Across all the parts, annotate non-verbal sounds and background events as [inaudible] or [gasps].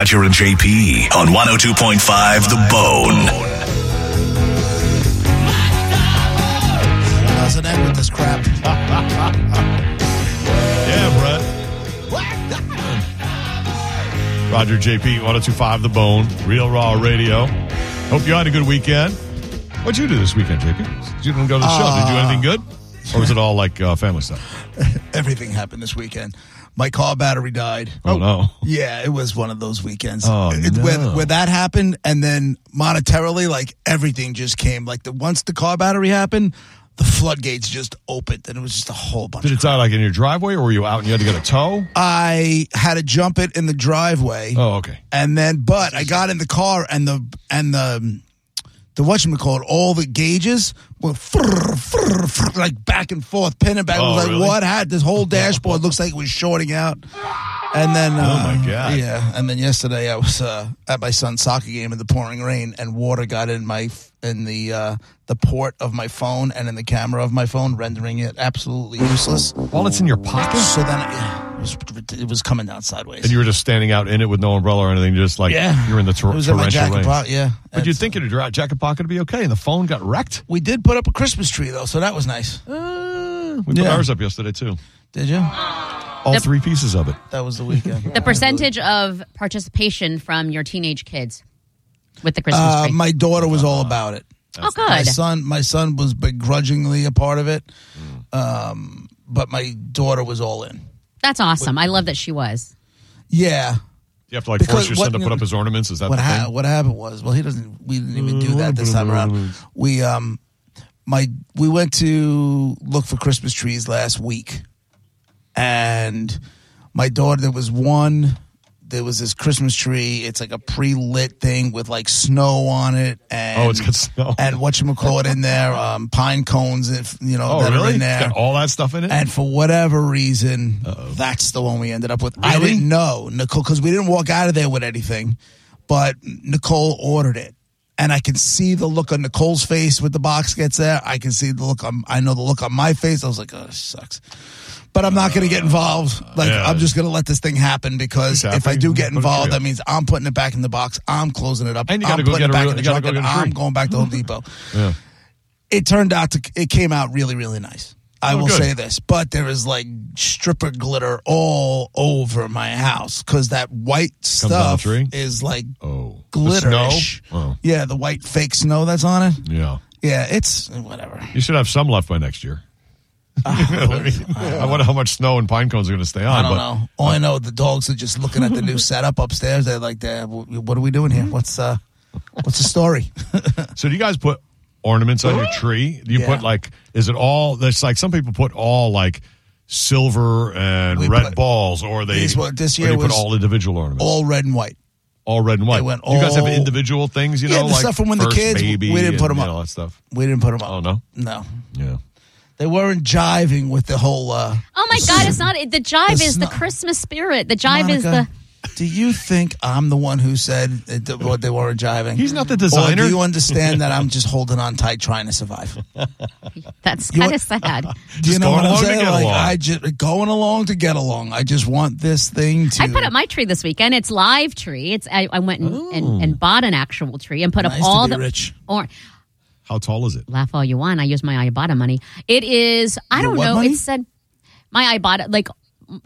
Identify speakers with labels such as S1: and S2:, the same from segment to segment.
S1: Badger and JP E on 102.5 The Bone.
S2: doesn't end with this crap.
S3: Yeah, Brett. Roger JP, 1025 The Bone, Real Raw Radio. Hope you had a good weekend. What'd you do this weekend, JP? You didn't go to the show. Did you do anything good? Or was it all like uh, family stuff?
S2: Everything happened this weekend. My car battery died.
S3: Oh, no.
S2: Yeah, it was one of those weekends.
S3: Oh,
S2: It- where,
S3: no.
S2: where that happened, and then monetarily, like everything just came. Like the once the car battery happened, the floodgates just opened, and it was just a whole bunch.
S3: Did
S2: of
S3: it die like in your driveway or were you out and you had to get a tow?
S2: I had to jump it in the driveway,
S3: Oh, okay.
S2: and then but I got in the car, and the and the the whatchamacallit, all the gauges were frrr, frrr, frrr, like back and forth, pin and back.
S3: Oh,
S2: it was like
S3: really?
S2: what had this whole dashboard looks like it was shorting out. And then, uh,
S3: Oh, my God.
S2: yeah. And then yesterday, I was uh, at my son's soccer game in the pouring rain, and water got in my f- in the uh, the port of my phone and in the camera of my phone, rendering it absolutely useless.
S3: While it's in your pocket?
S2: So then, I, it was it was coming down sideways.
S3: And you were just standing out in it with no umbrella or anything, just like
S2: yeah,
S3: you're in the tor-
S2: it was in my
S3: torrential
S2: jacket
S3: rain.
S2: pocket, yeah.
S3: But you'd
S2: It's-
S3: think in a dra- jacket pocket would be okay, and the phone got wrecked.
S2: we did put up a Christmas tree though, so that was nice.
S3: We put
S2: Uh, Yeah.
S3: ours up yesterday, too.
S2: Did you?
S3: All three pieces of it.
S2: That was the weekend.
S4: [laughs] The percentage of participation from your teenage kids with the Christmas
S2: Uh,
S4: tree.
S2: my daughter was all about it.
S4: oh,
S2: My
S4: good.
S2: son, my son was begrudgingly a part of it, um,
S3: Mm.
S2: but my daughter was all in.
S4: That's awesome. I love that she was.
S2: Yeah.
S3: You have to like
S2: Because
S3: force your son
S2: what-
S3: to put up his ornaments. Is that
S2: What
S3: the
S2: ha-
S3: thing?
S2: what happened was, well, he doesn't. We didn't even do that this time around. We um, my we went to look for Christmas trees last week, and my daughter there was one. There was this Christmas tree. It's like a pre-lit thing with like snow on it, and
S3: Oh, it's got snow.
S2: and what you call it in there, um, pine cones, if you know
S3: Oh,
S2: that
S3: really?
S2: are in
S3: It's
S2: there.
S3: got all that stuff in it.
S2: And for whatever reason, that's the one we ended up with. I
S3: Really?
S2: didn't know, Nicole, because we didn't walk out of there with anything, but Nicole ordered it. And I can see the look on Nicole's face when the box gets there. I can see the look on, I know the look on my face. I was like, oh, this sucks. But I'm not going to get involved. Like,
S3: Uh, yeah.
S2: I'm just going to let this thing happen because
S3: Just
S2: if I
S3: happy,
S2: do get
S3: put it
S2: involved,
S3: through.
S2: that means I'm putting it back in the box. I'm closing it up.
S3: And you
S2: I'm
S3: gotta go
S2: putting it
S3: get a
S2: back
S3: real-
S2: in the
S3: you gotta
S2: truck
S3: go
S2: and
S3: get a
S2: I'm
S3: tree.
S2: going back
S3: [laughs]
S2: to Home Depot
S3: yeah.
S2: it turned out to it came out really really nice i
S3: Oh,
S2: will
S3: good.
S2: say this but there is like stripper glitter all over my house because that white
S3: on the
S2: stuff
S3: tree?
S2: is like
S3: Oh, The
S2: glitterish
S3: snow? Oh,
S2: yeah the white fake snow that's on it
S3: yeah.
S2: yeah it's whatever
S3: [laughs] You should have some left by next year. I, mean, I wonder how much snow and pine cones are going to stay on.
S2: I don't
S3: but
S2: know. All I know, the dogs are just looking at the
S3: [laughs]
S2: new setup upstairs. They're like, "Dad, wh- "What are we doing here? What's uh, what's the
S3: [laughs]
S2: story?"
S3: So do you guys put ornaments on your tree? Do you
S2: Yeah.
S3: put like? Is it all? That's like some people put all like silver and
S2: We
S3: red
S2: put-
S3: balls, or they.
S2: These were- this
S3: or
S2: year
S3: you put
S2: was
S3: all individual ornaments, all,
S2: all red and white.
S3: red and
S2: They
S3: white.
S2: went
S3: you guys have
S2: all-
S3: individual things, you
S2: Yeah,
S3: know,
S2: the
S3: like
S2: stuff from when the
S3: first
S2: kids-
S3: baby
S2: we didn't put
S3: and,
S2: 'em
S3: you know,
S2: up.
S3: That stuff.
S2: We didn't put them up.
S3: Oh, no?
S2: no,
S3: Yeah.
S2: they weren't jiving with the whole. uh
S4: Oh my God! It's not the jive
S2: It's
S4: is the
S2: not-
S4: Christmas spirit. The jive is the
S2: Monica, Do you think I'm the one who said it- th- what they were jiving?
S3: He's not the
S2: Or
S3: designer.
S2: do you understand that I'm just holding on tight, trying to
S3: [laughs]
S2: survive?
S4: that's
S2: You
S4: kind
S2: want- [laughs]
S4: of sad.
S2: Do you
S3: Just
S2: know
S3: going
S2: what I'm
S3: along to
S2: saying?
S3: get
S2: Like
S3: along.
S2: I just going along to get along. I just want this thing to.
S4: I put up my tree this weekend. It's live tree. It's I, I went and, and, and bought an actual tree and put
S2: Nice
S4: up
S2: to
S4: all
S2: be
S4: the
S2: rich.
S4: or
S3: How tall is it?
S4: laugh all you want. I use my Ibotta money. It is I
S2: Your
S4: don't
S2: what
S4: know.
S2: money?
S4: It said my Ibotta like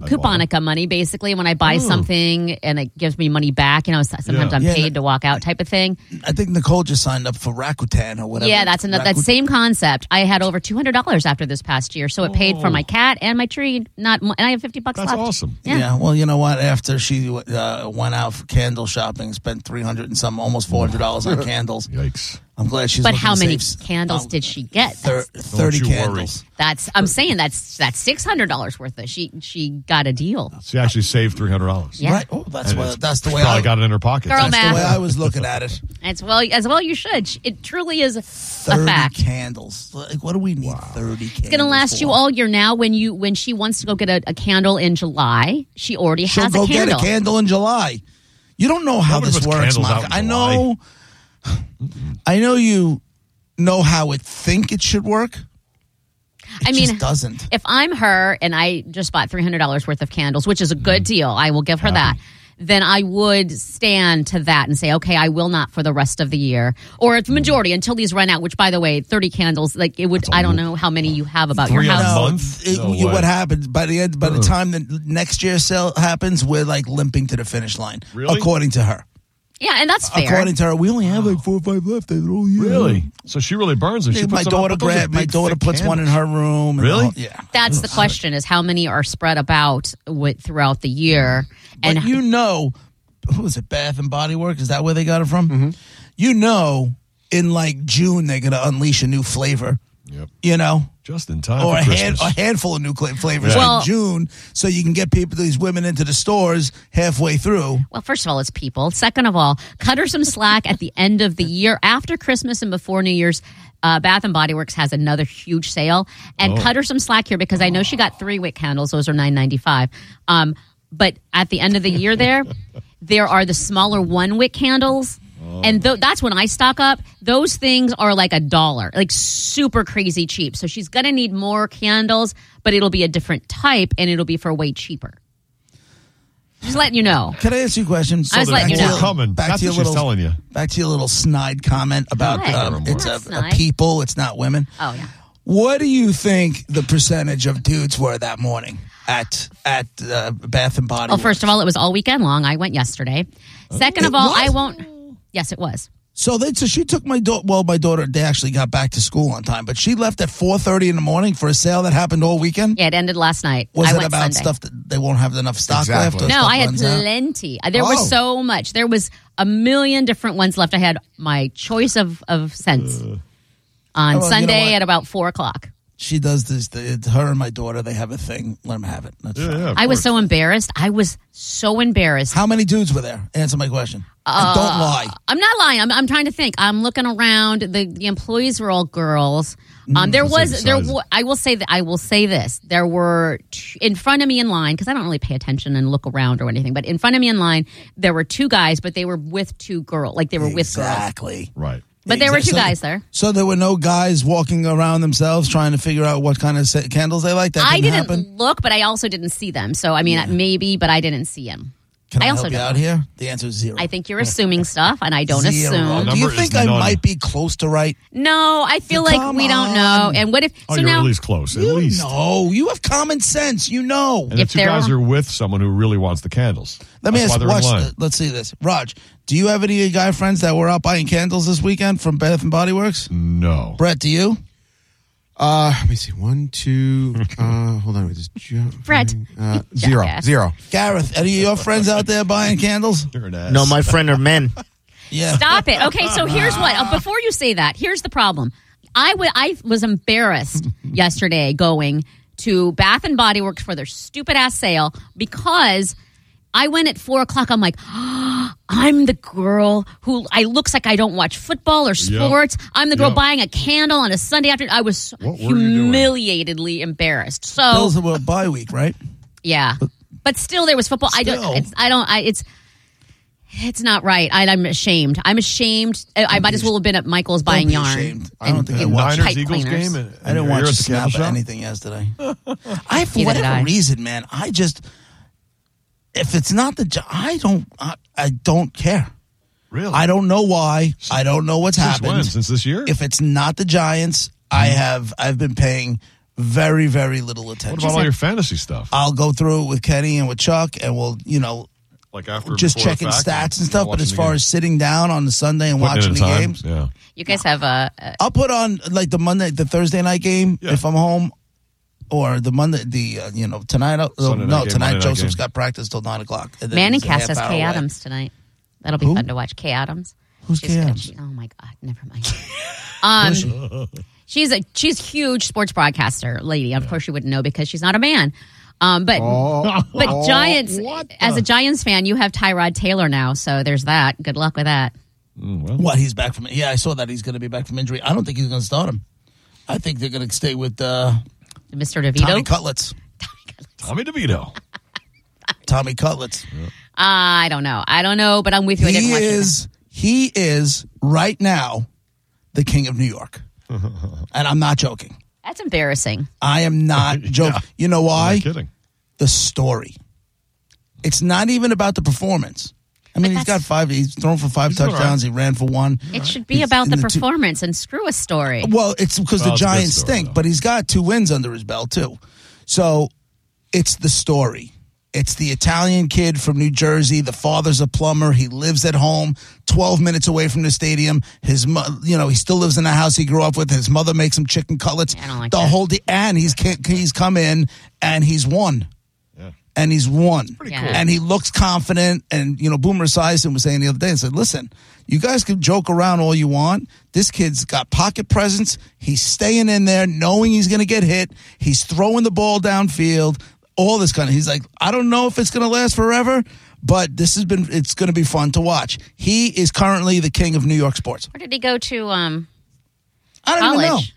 S4: couponica money basically when I buy something and it gives me money back. You know, s- sometimes
S3: Yeah.
S4: I'm
S2: Yeah,
S4: paid to walk out type of thing.
S2: I think Nicole just signed up for Rakuten or whatever.
S4: Yeah, that's another that
S2: Raku-
S4: same concept. I had over two hundred dollars after this past year, so it paid for my cat and my tree. Not mo- and I have fifty bucks
S3: That's
S4: left.
S3: awesome.
S2: Yeah.
S4: Yeah.
S2: well, you know what? After she uh, went out for candle shopping, spent three hundred and some, almost four hundred dollars
S3: [laughs]
S2: on candles.
S3: Yikes.
S2: I'm glad she's.
S4: But
S2: looking
S4: how
S2: to
S4: many
S2: save s-
S4: candles did she get?
S2: Thir-
S4: That's-
S2: Thirty
S3: you worry.
S2: candles.
S4: That's I'm saying that's that's six hundred dollars worth of she she got a deal.
S3: She actually saved three hundred dollars.
S4: Yeah.
S2: Right. Oh, that's
S3: And
S2: what.
S3: it's-
S2: That's the
S3: she
S2: way.
S3: Probably
S2: I,
S3: got it in her pocket.
S4: Girl
S3: That's
S2: that's
S4: math.
S2: the way I was looking at it.
S4: As well as well you should. It truly is a
S2: 30
S4: fact.
S2: candles. Like, what do we need 30 candles?
S4: It's gonna last you
S2: for?
S4: all year now. When you when she wants to go get a, a candle in July, she already
S2: She'll
S4: has
S2: go
S4: a
S2: get
S4: candle.
S2: a candle in July. You don't know how
S3: Nobody
S2: this
S3: puts
S2: works,
S3: candles out
S2: Monica.
S3: in
S2: I know. I know you know how it think it should work. It
S4: I mean,
S2: just doesn't.
S4: if I'm her and I just bought three hundred dollars worth of candles, which is a good deal, I will give her that. then I would stand to that and say, okay, I will not for the rest of the year or it's majority until these run out, which by the way, 30 candles, like it would, I don't know how many you have about your
S3: Three a
S4: house.
S2: No,
S3: month?
S2: it-
S3: No
S2: you-
S3: way. Uh-uh.
S2: what happens by the end, by the time the next year sale happens, we're like limping to the finish line,
S3: Really?
S2: according to her.
S4: Yeah, and that's fair.
S2: According to her, we only have like four or five left. They're all you.
S3: Really? So she really burns them. She
S2: my
S3: puts them
S2: daughter
S3: up, but those are
S2: grab, my
S3: big,
S2: daughter
S3: thick
S2: puts one in
S3: candles.
S2: her room. and
S3: Really?
S2: all- yeah.
S4: That's the question: is how many are spread about with, throughout the year, and
S2: But you know, who was it? Bath and Body Work? Is that where they got it from?
S3: Mm-hmm.
S2: You know, in like June they're gonna unleash a new flavor.
S3: Yep.
S2: You know,
S3: Just in time
S2: or
S3: for
S2: a, hand,
S3: Christmas.
S2: a handful of new cl- flavors
S4: Yeah. Well-
S2: in June, so you can get people these women into the stores halfway through.
S4: well, first of all, it's people. Second of all, cut her some slack at the end of the year after Christmas and before New Year's. Uh, Bath and Body Works has another huge sale, and cut her some slack here because I know she got three wick candles; those are nine ninety five. Um, but at the end of the year, there, there are the smaller one wick candles. And th- that's when I stock up. Those things are like a dollar, like super crazy cheap. So she's going to need more candles, but it'll be a different type and it'll be for way cheaper. Just letting you know.
S2: Can I ask you a question?
S4: I was letting you
S2: back to
S4: know.
S2: your-
S3: Coming.
S2: Back
S3: That's
S2: to your
S3: what she's
S2: little,
S3: telling you.
S2: Back to your little snide comment about
S4: What?
S2: um, it's a,
S4: Not
S2: a
S4: snide.
S2: people, it's not women.
S4: Oh, yeah.
S2: What do you think the percentage of dudes were that morning at at uh, Bath and Body?
S4: Well, first of all, it was all weekend long. I went yesterday. Second of
S2: It
S4: all,
S2: was?
S4: I won't. Yes, it was.
S2: So they so she took my daughter. Well, my daughter they actually got back to school on time, but she left at four thirty in the morning for a sale that happened all weekend.
S4: Yeah, it ended last night.
S2: Was
S4: I
S2: it
S4: went
S2: about
S4: Sunday.
S2: stuff that they won't have enough stock
S5: Exactly.
S2: left? or
S4: No,
S2: stuff
S4: I had
S2: runs out?
S4: plenty. Uh, There
S2: Oh.
S4: was so much. There was a million different ones left. I had my choice of, of scents on
S2: Oh, well, Uh, you know
S4: Sunday
S2: what?
S4: at about four o'clock.
S2: She does this. It's her and my daughter. They have a thing. Let them have it. That's
S3: Yeah,
S2: fine.
S3: yeah, of
S4: I was
S3: course.
S4: so embarrassed. I was so embarrassed.
S2: How many dudes were there? Answer my question. and
S4: Uh,
S2: don't lie.
S4: I'm not lying. I'm, I'm trying to think. I'm looking around. The, the employees were all girls.
S2: Mm,
S4: Um, there was there.
S3: besides-
S4: wa- I will say that I will say this. There were t- in front of me in line because I don't really pay attention and look around or anything. But in front of me in line, there were two guys, but they were with two girls. Like they were with girls.
S2: Exactly.
S3: Right.
S4: But there were two
S2: So-
S4: guys there.
S2: So there were no guys walking around themselves trying to figure out what kind of sa- candles they like. That didn't,
S4: I didn't
S2: happen.
S4: look, but I also didn't see them. So I mean, maybe, but I didn't see him.
S2: Can I,
S4: I also
S2: help you
S4: don't
S2: out here? The answer is zero.
S4: I think you're assuming stuff, and I don't
S2: Zero.
S4: assume.
S2: Do you
S3: Number is
S2: think I
S3: none.
S2: might be close to right?
S4: No, I feel like
S2: Come
S4: we
S2: on.
S4: don't know. And what if?
S3: Oh,
S4: so
S3: you're
S4: now
S3: at least close. At
S2: You
S3: least.
S2: know, you have common sense. You know.
S3: And
S4: If
S3: the two
S4: they're-
S3: guys are with someone who really wants the candles.
S2: Let me
S3: That's
S2: ask.
S3: why they're in
S2: Watch.
S3: line.
S2: th- let's see this, Raj. Do you have any guy friends that were out buying candles this weekend from Bath and Body Works?
S3: Mm. no.
S2: Brett, do you?
S5: Uh, let me see. One,
S6: [laughs]
S5: two. Uh, hold on. Wait, this jump.
S4: Fred.
S5: Uh, zero.
S4: Mm-hmm. Jackass.
S5: Zero.
S2: Gareth, any of your friends out there buying candles?
S3: You're an ass.
S6: No, my friend are
S5: [laughs]
S6: men.
S2: Yeah.
S4: Stop it. Okay,
S3: [laughs]
S4: so here's what. uh, Before you say that, here's the problem. I wa- I
S3: [laughs]
S4: was embarrassed yesterday going to Bath and Body Works for their stupid ass sale because I went at four o'clock. I'm like, [gasps] I'm the girl who I looks like I don't watch football or
S3: Yeah.
S4: sports. I'm the girl
S3: Yeah.
S4: buying a candle on a Sunday afternoon. I was
S3: What were you doing?
S4: humiliatedly embarrassed. So
S2: Bills were bye week, right?
S4: yeah, but still, there was football. I
S2: Still.
S4: don't. It's, I don't. I, it's it's not right. I, I'm ashamed. I'm ashamed. I, I might as well have been at Michael's buying
S2: be
S4: yarn.
S2: ashamed. I
S4: and
S2: don't think I
S4: get
S3: And
S2: watch
S4: pipe
S3: Niners Eagles
S4: cleaners.
S3: game. And,
S2: I didn't
S3: and
S2: watch
S3: you're
S2: a
S3: at the candle
S2: snap at
S3: shop?
S2: anything yesterday.
S3: [laughs]
S2: I, for
S4: Neither
S2: whatever
S4: did I.
S2: reason, man, I just if it's not the job, I don't, I, I don't care.
S3: Really?
S2: I don't know why. I don't know what's
S3: Since when?
S2: happened.
S3: Since this year?
S2: If it's not the Giants, I have I've been paying very very little
S3: what
S2: attention.
S3: about all your fantasy stuff?
S2: I'll go through it with Kenny and with Chuck, and we'll you know
S3: Like after
S2: just
S3: before the
S2: checking
S3: fact
S2: stats and stuff. But
S3: watching
S2: as
S3: the
S2: far
S3: game?
S2: as sitting down on the Sunday and
S3: Putting in
S2: watching the
S3: time?
S2: games,
S3: yeah.
S4: You guys have a. a
S2: I'll put on like the Monday, the Thursday night game
S3: Yeah.
S2: if I'm home, or the Monday, the uh, you know tonight. Uh,
S3: Sunday night
S2: no,
S3: game,
S2: tonight
S3: Monday night
S2: Joseph's
S3: game.
S2: got practice till nine o'clock. And then
S4: Manning
S2: he's a half
S4: cast has
S2: hour
S4: Kay
S2: away.
S4: Adams tonight. That'll be
S2: Who?
S4: fun to watch. Kay Adams.
S2: Who's
S4: She's
S2: Kay
S4: gonna-
S2: Adams?
S4: she- oh my god! Never
S2: [laughs]
S4: mind. Um, she's a she's huge sports broadcaster lady. Of course, you wouldn't know because she's not a man. Um, but
S2: Oh.
S4: [laughs] but Giants as a Giants fan, you have Tyrod Taylor now, so there's that. Good luck with that.
S3: Mm, well,
S2: What he's back from? Yeah, I saw that he's going to be back from injury. I don't think he's going to start him. I think they're going to stay with uh,
S4: Mr.
S2: Tommy
S4: DeVito.
S2: Cutlets.
S3: Tommy DeVito.
S2: Tommy Cutlets.
S4: [laughs] I don't know. I don't know, but I'm with you. I didn't
S2: He
S4: watch it.
S2: is he is right now the king of New
S3: [laughs]
S2: York, and I'm not joking.
S4: That's embarrassing.
S3: [laughs]
S2: I am not joking. You know
S3: I'm
S2: why?
S3: kidding.
S2: The story. It's not even about the performance. I mean, he's got
S4: that's-
S2: five. He's thrown for five
S3: all right.
S2: touchdowns. He ran for one.
S4: It should be
S2: It's
S4: about
S2: in
S4: the,
S2: the two-
S4: performance and screw a story.
S2: Well, it's because
S3: Well,
S2: the
S3: it's a good
S2: Giants
S3: story,
S2: stink,
S3: though.
S2: but he's got two wins under his belt too. So it's the story. It's the Italian kid from New Jersey. The father's a plumber. He lives at home, twelve minutes away from the stadium. His, mo- you know, he still lives in the house he grew up with. His mother makes him chicken cutlets.
S4: I don't like
S2: the
S4: that.
S2: whole de- and he's ca- he's come in and he's won
S3: Yeah.
S2: and he's won.
S4: cool. Yeah.
S2: And he looks confident. And, you know, Boomer Esiason was saying the other day and said, listen, you guys can joke around all you want. This kid's got pocket presence. He's staying in there knowing he's going to get hit. He's throwing the ball downfield, all this kind of. He's like, I don't know if it's going to last forever, but this has been, it's going to be fun to watch. He is currently the king of New York sports.
S4: Where did he go to? Um,
S2: I don't even know. Mm-hmm. Oh.
S4: college,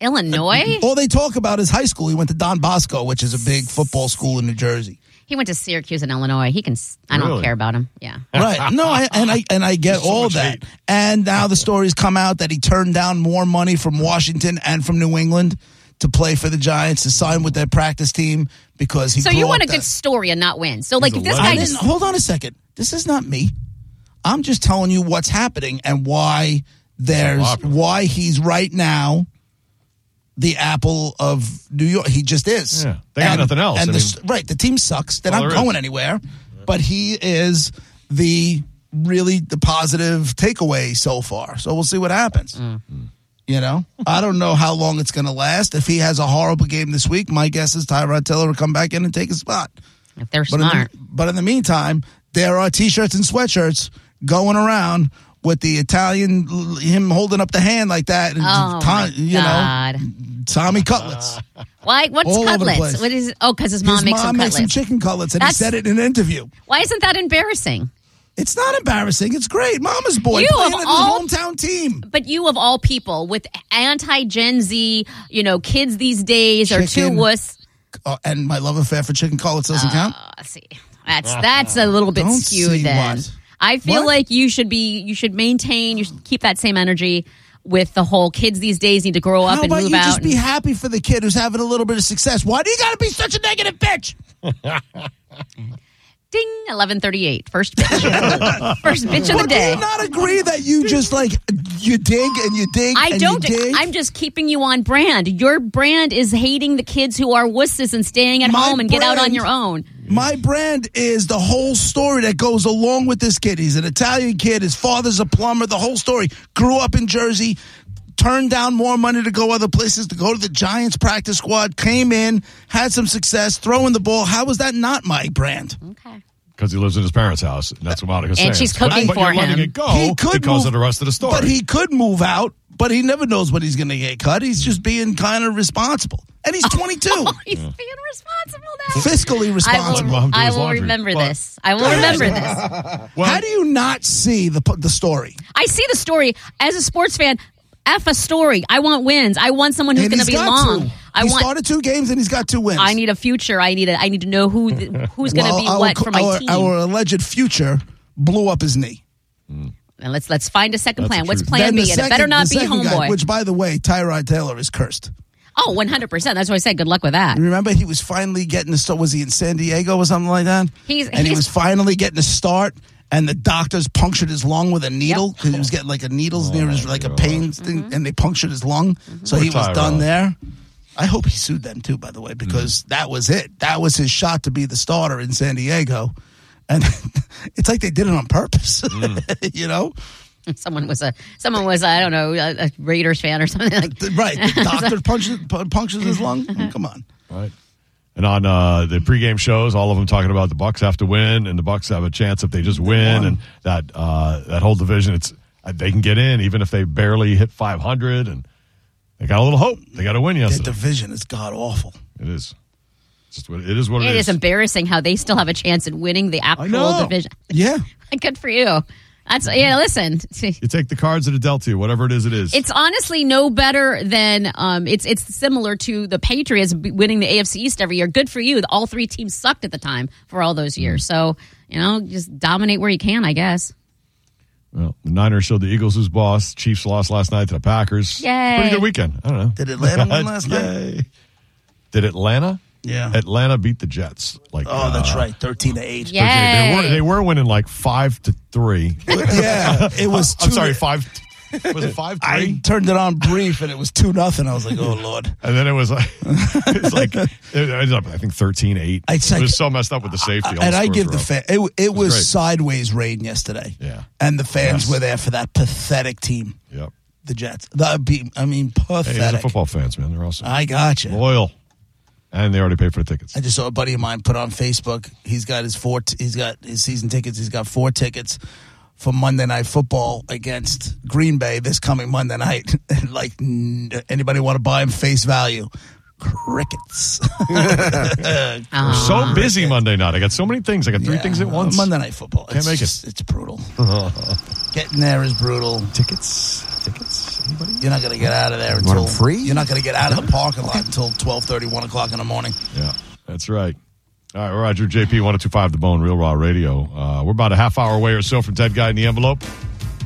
S4: Illinois.
S2: All they talk about is high school. He went to Don Bosco, which is a big football school in New Jersey.
S4: He went to Syracuse in Illinois. He can. s- I don't
S3: Really?
S4: care about him. Yeah.
S2: [laughs] right. No, I, and I and I get
S3: so
S2: all
S3: much
S2: that.
S3: hate.
S2: And now the stories come out that he turned down more money from Washington and from New England to play for the Giants to sign with their practice team because he.
S4: So
S2: grew
S4: you
S2: up
S4: want a
S2: that-
S4: good story and not win. So like
S3: a
S4: if this
S3: legend.
S2: I
S4: guy
S2: didn't-
S4: just
S2: hold on a second. This is not me. I'm just telling you what's happening and why there's
S3: popular.
S2: why he's right now the apple of New York. He just is.
S3: Yeah. They got nothing else.
S2: And
S3: I
S2: the,
S3: mean-
S2: s- right, the team sucks. They're
S3: Well,
S2: not
S3: there is.
S2: going anywhere. But he is the really the positive takeaway so far. So we'll see what happens. Mm. You know, [laughs] I don't know how long it's going to last. If he has a horrible game this week, my guess is Tyrod Taylor will come back in and take his spot.
S4: if they're
S2: But in, the,
S4: smart.
S2: but in the meantime, there are t-shirts and sweatshirts going around with the Italian him holding up the hand like that, and
S4: Oh
S2: Tom-
S4: my
S2: you know,
S4: God!
S2: Tommy cutlets.
S4: Why? What's
S2: all over the place.
S4: cutlets? What is? Oh, because his mom
S2: His
S4: makes
S2: mom
S4: him
S2: makes him
S4: cutlets.
S2: chicken cutlets, and
S4: That's-
S2: he said it in an interview.
S4: Why isn't that embarrassing?
S2: It's not embarrassing. It's great. Mama's boy
S4: You
S2: playing
S4: of
S2: at his
S4: all-
S2: hometown team.
S4: But you of all people, with anti Gen Z, you know, kids these days are too
S2: Chicken.
S4: wuss.
S2: Uh, and my love affair for chicken cutlets doesn't count.
S4: Uh, see, that's that's a little bit
S2: Uh-huh. Don't see
S4: skewed. Then
S2: what.
S4: I feel
S2: What?
S4: like you should be, you should maintain, you should keep that same energy with the whole kids these days need to grow up
S2: How
S4: and
S2: about
S4: move
S2: you
S4: out.
S2: just be
S4: and-
S2: happy for the kid who's having a little bit of success? Why do you got to be such a negative bitch?
S4: Ding, eleven thirty eight.
S2: [laughs]
S4: First bitch, first bitch of the
S2: Do
S4: day.
S2: you not agree that you just like you dig and you dig?
S4: I
S2: and
S4: don't.
S2: You dig?
S4: I'm just keeping you on brand. Your brand is hating the kids who are wusses and staying at
S2: My
S4: home and get out on
S2: brand-
S4: your own.
S2: My brand is the whole story that goes along with this kid. He's an Italian kid. His father's a plumber. The whole story. Grew up in Jersey. Turned down more money to go other places, to go to the Giants practice squad, came in, had some success, throwing the ball. How was that not my brand?
S4: Okay.
S3: Because he lives in his parents' house. And that's what Monica
S4: And
S3: says.
S4: she's
S3: But-
S4: cooking
S3: but,
S4: for
S3: you're letting
S4: him.
S3: it go Oh, because of the rest of the story.
S2: But he could move out, but he never knows when he's going to get cut. He's just being kind of responsible. And
S4: [laughs]
S2: he's 22.
S4: He's being responsible now.
S2: fiscally
S4: I
S2: responsible.
S3: Let mom
S4: will,
S3: do
S4: I
S3: his
S4: will
S3: laundry.
S4: remember
S3: But-
S4: this. I will remember this.
S3: well,
S2: How do you not see the the story?
S4: I see the story as a sports fan. F a story. I want wins. I want someone who's
S2: And
S4: going to
S2: he's
S4: be
S2: got
S4: long.
S2: two.
S4: I
S2: he
S4: want.
S2: started two games and he's got two wins.
S4: I need a future. I need a. I need to
S2: [laughs]
S4: know who th- who's going to
S2: Well,
S4: be
S2: our
S4: what
S2: co-
S4: for my
S2: our,
S4: team.
S2: Our alleged future blew up his knee.
S4: and let's let's find a second
S3: That's
S4: plan.
S3: the
S4: What's
S3: truth.
S4: plan
S2: Then
S4: B?
S2: the
S4: and it better
S2: second-
S4: not
S2: the
S4: be
S2: second guy,
S4: homeboy.
S2: which, by the way, Tyrod Taylor is cursed.
S4: oh, one hundred percent. That's why I said good luck with that.
S2: Remember, he was finally getting a start. Was he in San Diego or something like that?
S4: He's-
S2: and he
S4: he's-
S2: was finally getting a start. And the doctors punctured his lung with a needle because he was getting like a needles near his like a pain thing,
S4: Mm-hmm.
S2: and they punctured his lung, so
S3: Poor
S2: he was
S3: Tyrod.
S2: done there. I hope he sued them too, by the way, because that was it. That was his shot to be the starter in San Diego, and [laughs] it's like they did it on purpose, [laughs] you know?
S4: Someone was a someone was I don't know a, a Raiders fan or something like.
S2: The- right?
S4: [laughs]
S2: The doctor punctures, pu- punctures his lung.
S4: Mm-hmm.
S2: Come on.
S3: Right. And on uh, the pregame shows, all of them talking about the Bucks have to win, and the Bucks have a chance if they just win, and that uh, that whole division, it's uh, they can get in even if they barely hit 500, and they got a little hope. They got to win
S2: The
S3: yesterday.
S2: division is god awful.
S3: it is. It's Just what, it is what
S4: It
S3: it is.
S4: is embarrassing how they still have a chance at winning the actual
S3: know.
S4: division. [laughs]
S2: Yeah.
S4: Good for you. That's yeah. Listen, [laughs]
S3: you take the cards that are dealt to you, whatever it is, it is.
S4: It's honestly no better than um, it's it's similar to the Patriots b- winning the AFC East every year. Good for you. All three teams sucked at the time for all those years. So you know, just dominate where you can, I guess.
S3: well, the Niners showed the Eagles who's boss. Chiefs lost last night to the Packers.
S4: Yay.
S3: [laughs] Pretty good weekend. I don't know.
S2: Did Atlanta win last night?
S3: Yay. Did Atlanta?
S2: Yeah.
S3: Atlanta beat the Jets. Like
S2: oh, that's
S3: uh,
S2: right. 13 to 8.
S3: they- They,
S4: Yay.
S3: were, they were winning like five to three.
S2: [laughs] yeah. It was 2
S3: I'm sorry, five. [laughs] Was it five three?
S2: I turned it on brief and it was 2 nothing. I was like, oh, Lord.
S3: and then it was [laughs] like
S2: [laughs]
S3: it's like it ended up I think 13-8.
S2: It's
S3: it
S2: like-
S3: was so messed up with the safety. All
S2: and I
S3: scores
S2: give
S3: were
S2: the
S3: up.
S2: fan. It, it was
S3: great.
S2: sideways rain yesterday.
S3: Yeah.
S2: and the fans
S3: Yes.
S2: were there for that pathetic team,
S3: Yep.
S2: the Jets. The be- I mean,
S3: Hey, these are
S2: pathetic.
S3: football fans, man. They're awesome.
S2: I got you.
S3: Loyal. And they already paid for the tickets.
S2: I just saw a buddy of mine put on Facebook. He's got his four. T- he's got his season tickets. He's got four tickets for Monday Night Football against Green Bay this coming Monday night. [laughs] And, like n- anybody want to buy him face value? Crickets.
S3: We're so busy Monday night. I got so many things. I got three
S2: Ah, Yeah.
S3: things at once.
S2: Monday Night Football.
S3: Can't
S2: it's
S3: make it.
S2: just- It's
S3: [laughs]
S2: brutal. Getting there is brutal.
S5: Tickets? Tickets? Anybody?
S2: You're not going to get out of there
S5: want 'em
S2: until
S5: free?
S2: You're not going to get out of the parking lot until 12:30, 1 o'clock in the morning.
S3: Yeah, that's right. All right, Roger JP 1025 The Bone, Real Raw Radio. Uh, we're about a half hour away or so from Ted Guy in the Envelope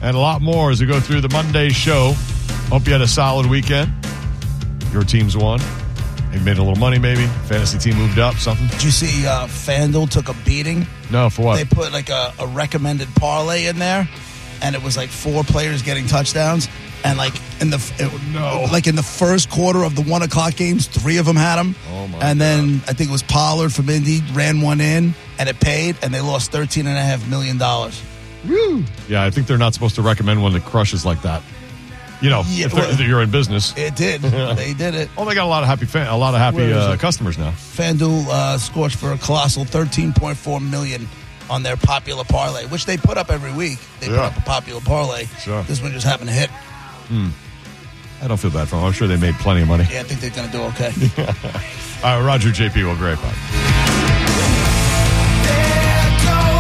S3: and a lot more as we go through the Monday show. Hope you had a solid weekend. Your team's won. They made a little money, maybe. Fantasy team moved up, something.
S2: Did you see uh, FanDuel took a beating?
S3: No, for what?
S2: They put like a, a recommended parlay in there, and it was like four players getting touchdowns. And like in the f- it,
S3: no.
S2: like in the first quarter of the one o'clock games, three of them had them.
S3: Oh, my
S2: and then I think it was Pollard from Indy ran one in, and it paid, and they lost thirteen and a half million dollars.
S3: yeah, I think they're not supposed to recommend one that crushes like that. You know,
S2: Yeah,
S3: if, they're-
S2: well-
S3: if you're in business.
S2: It did. [laughs] they did it.
S3: Oh, they got a lot of happy, fan, a lot of happy
S2: Where is
S3: uh,
S2: it?
S3: customers now.
S2: FanDuel uh, scorched for a colossal 13.4 million on their popular parlay, which they put up every week. They put
S3: Yeah.
S2: up a popular parlay.
S3: Sure.
S2: This one just happened to hit.
S3: I don't feel bad for them. I'm sure they made plenty of money. [laughs]
S2: Yeah, I think they're going to do okay.
S3: Uh, All right, Roger JP, we'll be right back.